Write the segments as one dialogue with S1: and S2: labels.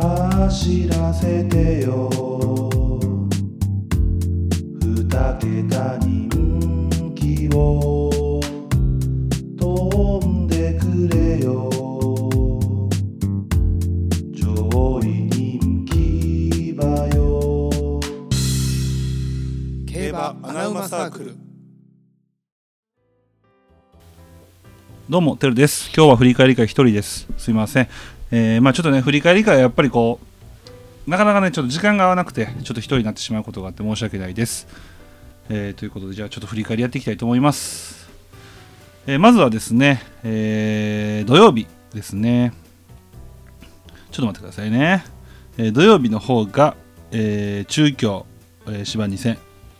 S1: 走らせてよ二桁人気を飛んでくれよ上位人気馬よ
S2: 競馬アナウマサークル
S3: どうも、てるです。今日は振り返り会一人です。すいません。えーまあちょっとね、振り返り会はやっぱりこう、なかなかね、ちょっと時間が合わなくて、ちょっと一人になってしまうことがあって申し訳ないです。えーということで、じゃあちょっと振り返りやっていきたいと思います。えーまずはですね、えー土曜日ですね。ちょっと待ってくださいね。えー土曜日の方が、えー中京、えー芝2000、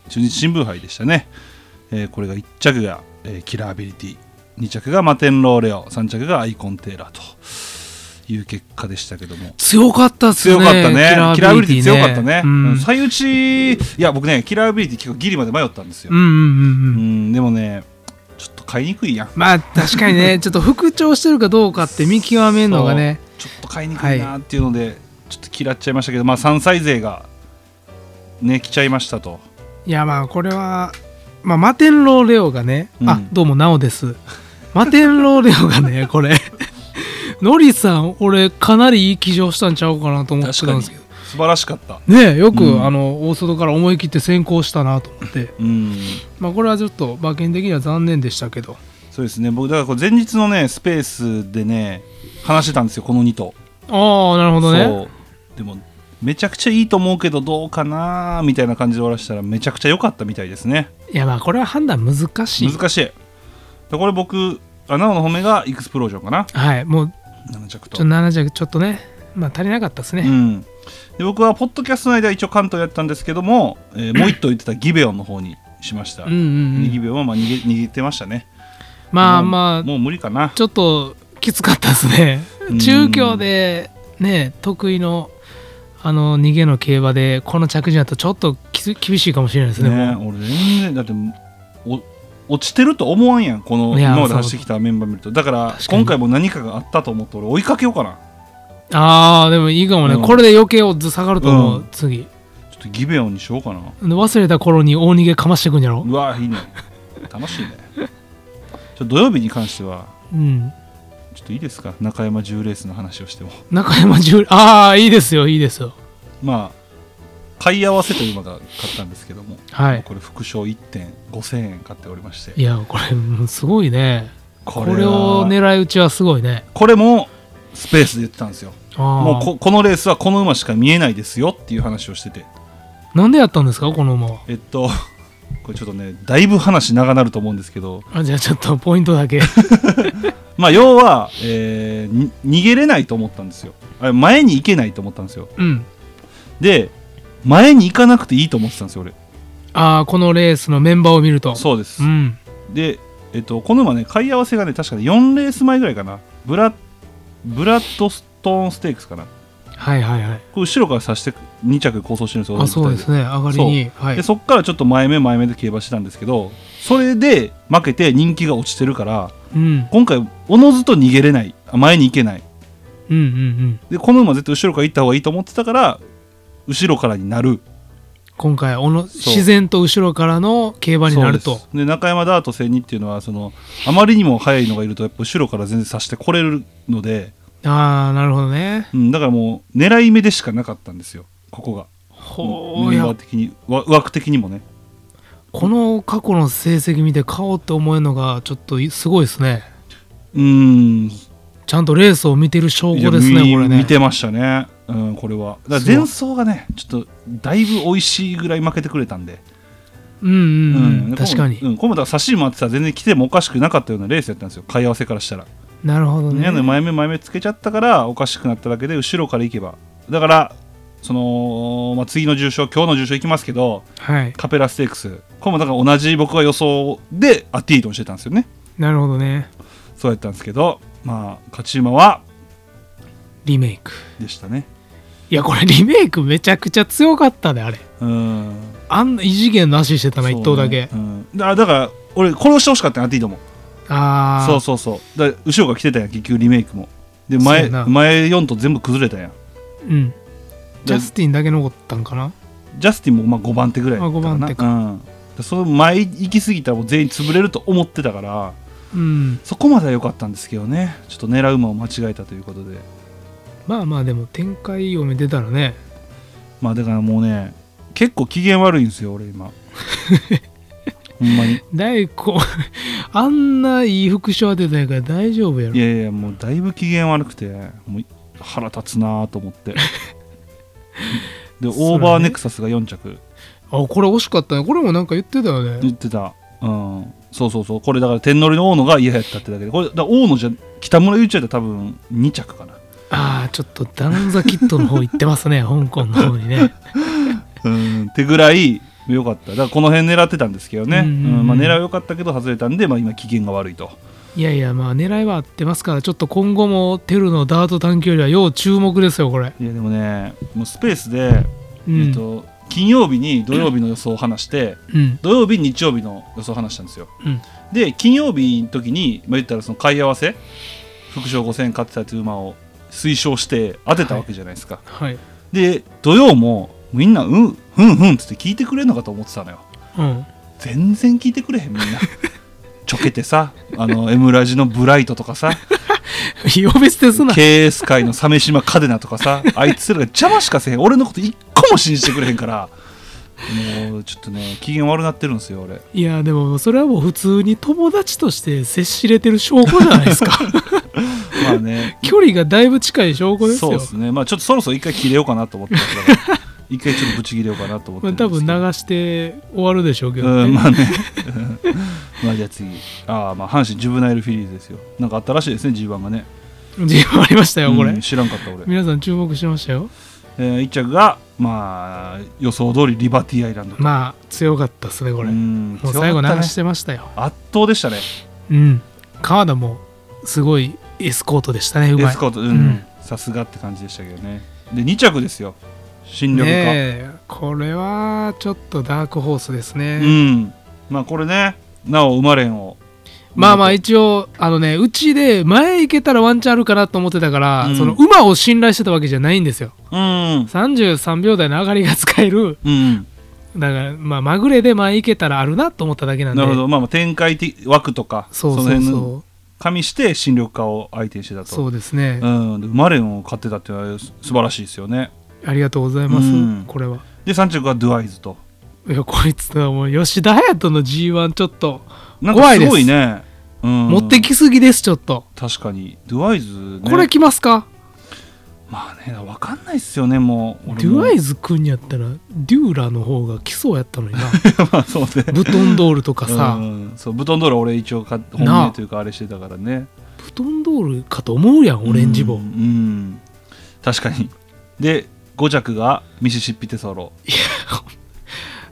S3: 中日新聞杯でしたね。えーこれが1着が、えーキラーアビリティ。2着がマテンローレオ3着がアイコンテーラという結果でしたけども
S2: 強かったっすね
S3: 強かったねキラーアビリティ強かったね、
S2: う、
S3: うん
S2: うん
S3: ん、最打ちいや僕ねキラーアビリティ結構ギリまで迷ったんですよ、
S2: う
S3: うん
S2: うんんうん
S3: でもねちょっと買いにくいやん
S2: まあ確かに ねちょっと復調してるかどうかって見極めるのがね
S3: ちょっと買いにくいなっていうので、ちょっと嫌っちゃいましたけどまあ3歳勢がね来ちゃいましたと
S2: いやまあこれは、まあ、マテンローレオがね、
S3: うん
S2: あどうもなおですマテンローレオが ねこれノリさん俺かなりいい騎乗したんちゃうかなと思ってたんですけど
S3: 素晴らしかった
S2: ねえよく、
S3: うん
S2: あの大外から思い切って先行したなと思って
S3: うん
S2: まあこれはちょっと馬券的には残念でしたけど
S3: そうですね僕だからこう前日のねスペースでね話してたんですよこの2頭
S2: ああなるほどね
S3: そうでもめちゃくちゃいいと思うけどどうかなみたいな感じで終わらせたらめちゃくちゃ良かったみたいですね
S2: いやまあこれは判断難しい
S3: 難しいでこれ僕あなおの褒めがエクスプロージョンかな
S2: はいもう
S3: 7着
S2: ちょ
S3: と
S2: っと7弱ちょっとねまあ足りなかったです
S3: う
S2: ね、
S3: ん、で僕はポッドキャストの間は一応関東やってたんですけども、 えーもう一頭言ってたギベオンの方にしました、
S2: うん、うんうん
S3: ギベオンはまあ逃げ逃げてましたね
S2: まあ
S3: もう
S2: まあ
S3: もう無理かな
S2: ちょっときつかったですね
S3: うん
S2: 中京でね得意のあの逃げの競馬でこの着順だとちょっときつ厳しいかもしれないですね
S3: ね俺全然だってお落ちてると思わんやんこの
S2: いや
S3: 今まで走ってきたメンバー見るとだから
S2: 確かに
S3: 今回も何かがあったと思って俺追いかけようかな
S2: ああでもいいかもね、
S3: うん
S2: これで余計オッズ下がると思う、
S3: うん
S2: 次
S3: ちょっとギベオンにしようかな
S2: で忘れた頃に大逃げかましてくんやろ
S3: うわいい ね楽しいねちょっと土曜日に関しては
S2: うん
S3: ちょっといいですか中山10レースの話をしても
S2: 中山十ああいいですよいいですよ
S3: まあ買い合わせという馬が買ったんですけども、
S2: はい
S3: これ副賞1点5000円買っておりまして
S2: いやこれもうすごいねこ
S3: こ
S2: れ
S3: は
S2: を狙い撃ちはすごいね
S3: これもスペースで言ってたんですよ
S2: あ
S3: もう
S2: も
S3: ここのレースはこの馬しか見えないですよっていう話をしてて
S2: なんでやったんですかこの馬は
S3: えっと これちょっとねだいぶ話長なると思うんですけど
S2: あじゃあちょっとポイントだ け
S3: まあ要は、えーに逃げれないと思ったんですよあ前に行けないと思ったんですよ
S2: うん
S3: で前に行かなくていいと思ってたんですよ俺
S2: ああこのレースのメンバーを見ると
S3: そうです、
S2: ん
S3: で、えっと、この馬ね買い合わせがね確かに4レース前ぐらいかなブラブラッドストーンステークスかな
S2: はいはいはい
S3: これ後ろからさして2着構想してるんですよ
S2: あそうです
S3: ね
S2: ね上がりにはい
S3: でそっからちょっと前目前目で競馬してたんですけどそれで負けて人気が落ちてるから
S2: うん
S3: 今回おのずと逃げれないあ前に行けない
S2: うんうんうん
S3: でこの馬絶対後ろから行った方がいいと思ってたから後ろからになる
S2: 今回おの
S3: そう
S2: 自然と後ろからの競馬になると
S3: そうですで中山ダート戦2っていうのはそのあまりにも速いのがいるとやっぱ後ろから全然差してこれるので、
S2: ああなるほどね
S3: うん、だからもう狙い目でしかなかったんですよここが
S2: ほう
S3: メン
S2: や
S3: バー的にわ枠的にもね
S2: この過去の成績見て買おうって思えるのがちょっとすごいですね
S3: うん
S2: ちゃんとレースを見てる証
S3: い
S2: 拠
S3: や
S2: ですね
S3: 見
S2: これね
S3: 見てましたね、うん、これはだから前走がねちょっとだいぶ美味しいぐらい負けてくれたんで、
S2: うんうんうん、
S3: で
S2: 確かに、
S3: こううん、これもだから差し馬ってたら全然来てもおかしくなかったようなレースやったんですよ買い合わせからしたら
S2: なるほどね
S3: ね、前目前目つけちゃったからおかしくなっただけで後ろから行けばだからその、まあ、次の重賞今日の重賞行きますけど
S2: はい
S3: カペラステークスこれもだから同じ僕が予想でアティードンしてたんですよね
S2: なるほどね
S3: そうやったんですけどまあ勝ち馬は
S2: リメイク
S3: でしたね
S2: いやこれリメイクめちゃくちゃ強かったねあれ
S3: うん
S2: あんな異次元の足してた
S3: そ
S2: な、
S3: うね
S2: 一頭だけ
S3: うん、だだから俺殺してほしかったねアティードも
S2: ああ
S3: そうそうそうだから後ろが来てたやん結局リメイクもで
S2: そう
S3: 前
S2: やな
S3: 前4と全部崩れたやん
S2: うんジャスティンだけ残ったんかな
S3: ジャスティンもまあ5番手ぐらいだったか
S2: あ5
S3: な
S2: 番手
S3: うん、でその前行き過ぎたらもう全員潰れると思ってたから
S2: うん
S3: そこまでは良かったんですけどねちょっと狙う馬を間違えたということで
S2: まあまあでも展開読めてたらね
S3: まあだからもうね結構機嫌悪いんですよ 俺今ほんまに
S2: 大こ あんないい副賞当てたんやから大丈夫やろ
S3: いやいやもうだいぶ機嫌悪くてもう腹立つなと思って
S2: そう
S3: で
S2: だね
S3: オーバーネクサスが4着
S2: あこれ惜しかったねこれもなんか言ってたよね
S3: 言ってた、うん、そうそうそうこれだから天乗りの大野が嫌やったってだけでこれだから大野じゃ北村優ちゃんって多分2着かな
S2: ああちょっとダウンザキットの方行ってますね 香港の方にね
S3: うんってぐらい良かっただからこの辺狙ってたんですけどね、
S2: うんうんうん
S3: うんまあ、狙いは良かったけど外れたんで、まあ、今機嫌が悪いと
S2: いやいやまあ狙いは合ってますからちょっと今後もテルのダート短距離は要注目ですよこれ、
S3: いやでもねもうスペースで、
S2: うん
S3: えっと、金曜日に土曜日の予想を話して、
S2: うん
S3: 土曜日日曜日の予想を話したんですよ
S2: うん
S3: で金曜日の時に、まあ、言ったらその買い合わせ副賞5000買ってたという馬を推奨して当てたわけじゃないですか、
S2: はい
S3: で土曜もみんな「うんふんふん」っつって聞いてくれんのかと思ってたのよ
S2: うん
S3: 全然聞いてくれへんみんなちょけてさあの M ラジのブライトとかさ
S2: 呼び捨てすな
S3: KS 界の鮫島カデナとかさあいつらが邪魔しかせへん俺のこと一個も信じてくれへんからもうちょっとね機嫌悪なってるんですよ俺
S2: いやでもそれはもう普通に友達として接しれてる証拠じゃないですか
S3: まあね
S2: 距離がだいぶ近い証拠です
S3: そう
S2: よ
S3: ですねまあちょっとそろそろ一回切れようかなと思ってたから一回ちょっとブチ切れようかなと思っ
S2: まあ
S3: てるんです
S2: 多
S3: けど
S2: 分流して終わるでしょうけど、
S3: うん
S2: ね
S3: まあね まあじゃあ次ああまあ阪神ジュブナイルフィリーズですよなんかあったらしいですね G1 がね
S2: 自分ありましたよこれ、
S3: うん知らんかった俺、
S2: 皆さん注目してましたよ
S3: え1着がまあ予想通りリバティアイランドあ
S2: まあ強かったっすねこれ、
S3: うん
S2: もう最後流
S3: 強かったね
S2: してましたよ
S3: 圧倒でしたね
S2: うん川田もすごいエスコートでしたねう
S3: エ
S2: まい
S3: スコートうん
S2: うん
S3: さすがって感じでしたけどねで2着ですよ新緑
S2: ね
S3: 化、
S2: えこれはちょっとダークホースですね、
S3: うんまあこれねなお生まれんを
S2: まあまあ一応あのねうちで前行けたらワンチャンあるかなと思ってたから、
S3: うん
S2: その馬を信頼してたわけじゃないんですよ
S3: うん
S2: 33秒台の上がりが使える
S3: うん、
S2: だからまあまぐれで前行けたらあるなと思っただけなんで
S3: なるほどまあまあ展開的枠とか
S2: そうそう
S3: の
S2: そう
S3: 辺の
S2: そう
S3: 加味して新緑化を相手にしてたと
S2: ですね、
S3: うん、でマレンを買ってたっていうのはす素晴らしいですよね。
S2: ありがとうございます、
S3: うん
S2: これは
S3: で3着がドゥアイズと。
S2: いやこいつはもう吉田隼人の G1 ちょっと
S3: なんかすごいね。うん、
S2: 持ってきすぎですちょっと、
S3: 確かにドゥアイズ、ね、
S2: これ来ますか
S3: まあね分かんないっすよねも う
S2: ドゥアイ
S3: ズ
S2: ズくんやったらデューラの方が来そうやったのに な
S3: まあそうね
S2: ブトンドールとかさ、
S3: うん、そうブトンドールは俺一応買っ本
S2: なあ
S3: 命というかあれしてたからね
S2: ブトンドールかと思うやんオレンジ帽、
S3: うん、うん確かにで5着がミシシッピテソロ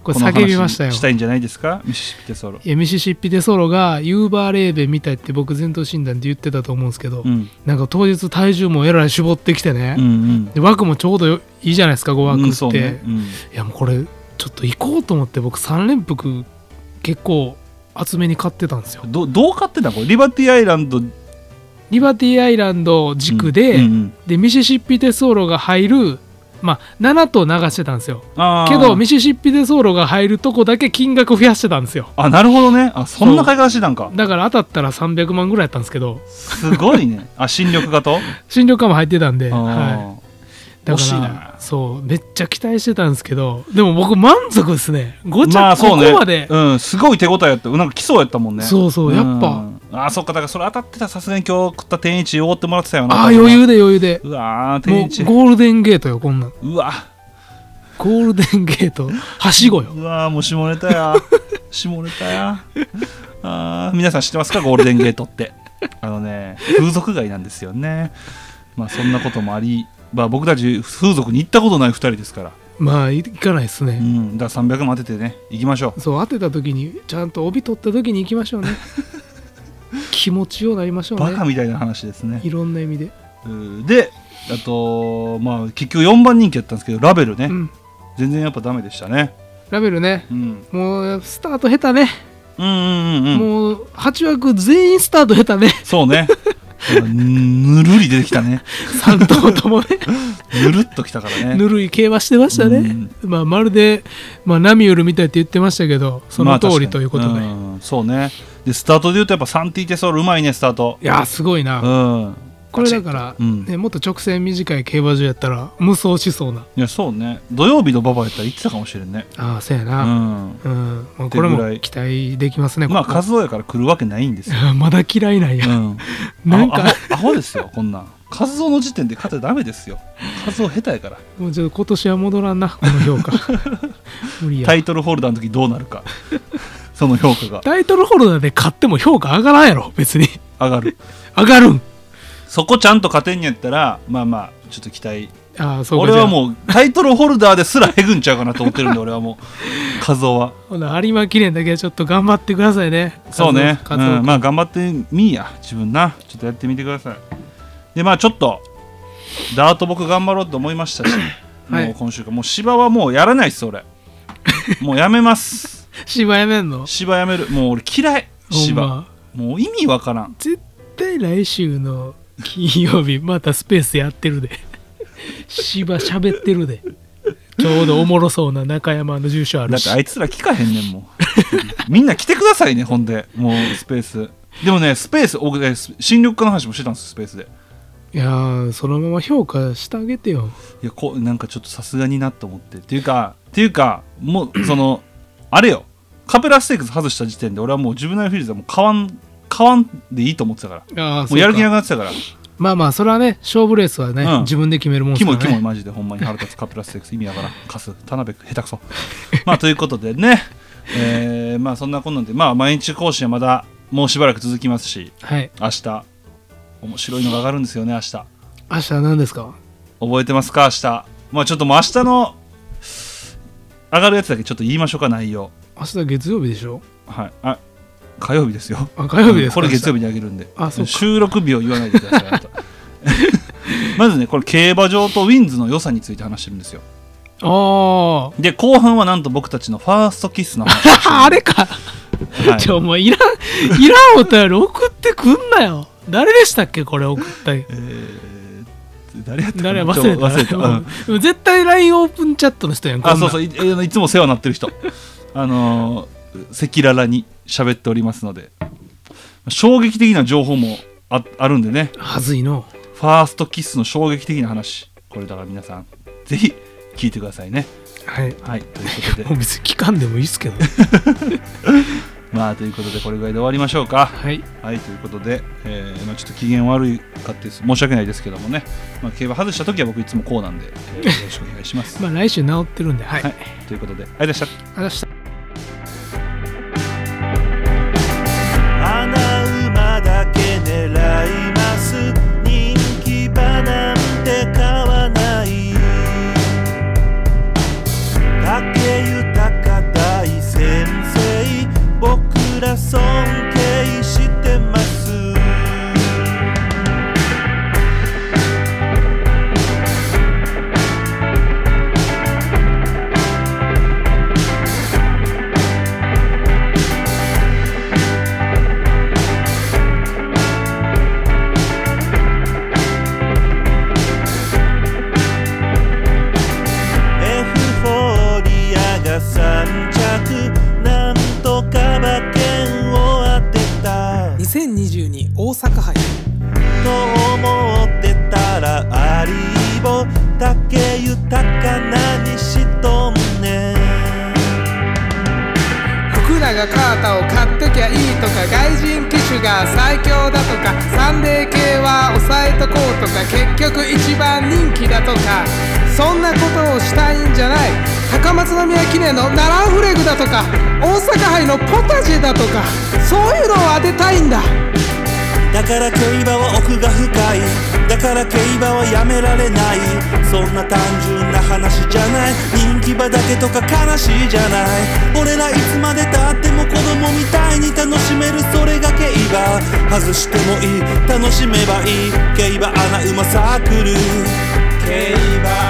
S2: これ
S3: の
S2: 叫びましたよ
S3: 話したいんじゃないですかミシシッピテソロ、
S2: いやミシシッピでソロがユーバーレーベンみたいって僕前頭診断で言ってたと思うんですけど、
S3: うん、
S2: なんか当日体重もえらい絞ってきてね、
S3: うんうん
S2: で枠もちょうどよいいじゃないですか5枠
S3: うん
S2: って、
S3: そうね、うん、
S2: いやもうこれちょっと行こうと思って僕3連服結構厚めに買ってたんですよ
S3: どどう買ってたのこれリバティアイランド
S2: リバティアイランド軸で、
S3: うんうん
S2: でミシシッピテソーロが入るまあ7と流してたんですよ
S3: あー
S2: けどミシシッピテソーロが入るとこだけ金額増やしてたんですよ
S3: あなるほどねあそんな買い方してたんか
S2: だから当たったら300万ぐらいやったんですけど
S3: すごいねあ新緑 型と、
S2: 新緑化も入ってたんで、は
S3: あ
S2: い、だ
S3: 惜しい
S2: から
S3: な
S2: そうめっちゃ期待してたんですけどでも僕満足ですね5
S3: ー
S2: 着、
S3: まあそうね
S2: ここまで、
S3: うん、すごい手応えやったなんか来そうやったもんね
S2: そうそうやっぱ
S3: んあーそっかだからそれ当たってたらさすがに今日食った天一おごってもらってたよな
S2: ああ余裕で余裕で
S3: うわー天
S2: もう
S3: 一
S2: ゴールデンゲートよこんなん
S3: うわ
S2: ゴールデンゲートはしごよ
S3: うわーもう下ネタや下ネタやあー皆さん知ってますかゴールデンゲートってあのね風俗街なんですよねまあそんなこともあり、まあ、僕たち風俗に行ったことない2人ですから
S2: まあ行かないっす
S3: う
S2: ね、
S3: ん、だから300万当ててね、行きましょう。
S2: そう当てた時にちゃんと帯取った時に行きましょうね 気持ちようなりましょう
S3: バカ
S2: ね
S3: みたいな話ですね。
S2: いろんな意味で、
S3: うんで、あと、まあ、結局4番人気やったんですけど、ラベルね、
S2: うん
S3: 全然やっぱダメでしたね。
S2: ラベルね
S3: うん、
S2: もうスタート下手ね、
S3: うんうんうんうん。
S2: もう8枠全員スタート下手ね
S3: そうね。 ぬるり出てきたね。
S2: 3頭ともね
S3: ぬるっときたから ね。
S2: ぬるい競馬してましたね、まあ、まるで、まあ、ナミウルみたいって言ってましたけどそ
S3: ま
S2: の
S3: あ
S2: 通
S3: 確か
S2: り
S3: に
S2: ということで、い
S3: うんそうね。で、スタートで言うとやっぱサンティーテソールうまいね、スタート。
S2: やーすごいな、
S3: うん。
S2: これだから、
S3: うん
S2: ね、もっと直線短い競馬場やったら無双しそうない
S3: や、そうね。土曜日のババやったら行ってたかもしれんね。
S2: ああそうや
S3: う
S2: な、
S3: ん。
S2: うんまあ、これ
S3: ってぐら
S2: も
S3: い
S2: 期待できますね
S3: まあ、
S2: ここ
S3: 数えやから来るわけないんですよ。
S2: まだ嫌 いなんや、
S3: うん。
S2: なん
S3: アホ
S2: か
S3: アホアホですよ、こんなん。カズオの時点で勝てダメですよ。カズオ下手やから。
S2: もうちょっと今年は戻らんなこの評 価無理や
S3: タイトルホルダーの時どうなるか。 その評価が
S2: タイトルホルダーで買っても評価上がらんやろ別に
S3: 上がる。
S2: 上がるん
S3: そこちゃんと勝てんやったら、まあまあ、ちょっと期待。
S2: ああそうか
S3: 俺は
S2: う
S3: もうタイトルホルダーですらへぐんちゃうかなと思ってるんで、俺はもう、カズオは。
S2: ほな有馬記念だけはちょっと頑張ってくださいね
S3: そうね。う
S2: 数
S3: ん
S2: 々数々
S3: まあ、頑張ってみーや、自分な。ちょっとやってみてください。で、まあ、ちょっと、ダート僕頑張ろうと思いましたし、
S2: はい
S3: もう今週か、もう芝はもうやらないっ す、俺。もうやめます。
S2: 芝やめんの
S3: 芝やめるもう俺嫌い芝、
S2: ほんま
S3: もう意味わからん
S2: 絶対来週の金曜日 またスペースやってるで芝喋ってるでちょうどおもろそうな中山の住所あ
S3: だ
S2: る
S3: っ
S2: して
S3: あいつら聞かへんねんもうみんな来てくださいねほんでもうスペースでもねスペース僕ねす新緑化の話もしてたんですスペースで
S2: いやーそのまま評価してあげてよ
S3: いやこうなんかちょっとさすがになと思ってっていうかっていうかもう そのあれよカペラステークス外した時点で俺はもうジュブナイルフィールズはもう買わん買わんでいいと思ってたから
S2: ああ
S3: もうやる気なくなってたから
S2: まあまあそれはね勝負レースはね、
S3: うん
S2: 自分で決めるもんです
S3: キ
S2: か
S3: モ
S2: ら
S3: い
S2: ね
S3: キモいマジでほんまに腹立つカプラステックス意味わからんカス田辺下手くそまあということでねえーまあそんなこんなんでまあ毎日更新はまだもうしばらく続きますし
S2: はい
S3: 明日面白いのが上がるんですよね明日覚
S2: 明日は何ですか
S3: えてますか明日まあちょっともう明日の上がるやつだけちょっと言いましょうか内容
S2: 明日月曜日でしょ
S3: はいあ火曜日ですよ
S2: あ火曜日ですか、
S3: これ月曜
S2: 日
S3: 日にあげるんで
S2: あそうか
S3: 収録日を言わないでくださいあなた まずねこれ競馬場とウィンズの良さについて話してるんですよ
S2: あ
S3: で後半はなんと僕たちのファーストキスの話をし
S2: ああれか、
S3: て、はい
S2: ちょお前いらんいらん お便り送ってくんなよ誰でしたっけこれ送った
S3: えー誰やったかな
S2: 誰や忘れ
S3: ち
S2: た
S3: ょ忘れた、うん
S2: もう絶対 LINE オープンチャットの人やん
S3: あそうそうういあのいつも世話になってる人あのー赤裸々に喋っておりますので衝撃的な情報もああるんでね
S2: はずいの
S3: ファーストキスの衝撃的な話これだから皆さんぜひ聞いてくださいね
S2: はい
S3: はいということ
S2: も
S3: で
S2: う別に期間でもいいっすけど
S3: まあということでこれぐらいで終わりましょうか
S2: はい
S3: はいということで、えーまあ、ちょっと機嫌悪いかって申し訳ないですけどもね、まあ、競馬外した時は僕いつもこうなんで、えーよろしくお願いし ます。
S2: まあ来週治ってるんではい、
S3: はい、ということでありがとうございました。
S2: 明日
S1: 穴馬だけ狙います人気馬なんて買わない竹豊大先生僕ら尊敬してますエフフォーリアが3着なんとか馬券を当てた
S4: 2022大阪杯
S1: と思ってたらアリーボ竹豊何しとんねん
S4: 福永カータを買っときゃいいとか外人機種が最強だとかサンデー系は抑えとこうとか結局一番人気だとかそんなことをしたいんじゃない高松宮記念のナランフレグだとか大阪杯のポタジェだとかそういうのを当てたいんだ
S1: だから競馬は奥が深いだから競馬はやめられないそんな単純な話じゃない人気馬だけとか悲しいじゃない俺らいつまでたっても子供みたいに楽しめるそれが競馬外してもいい楽しめばいい競馬アナウマサークル競馬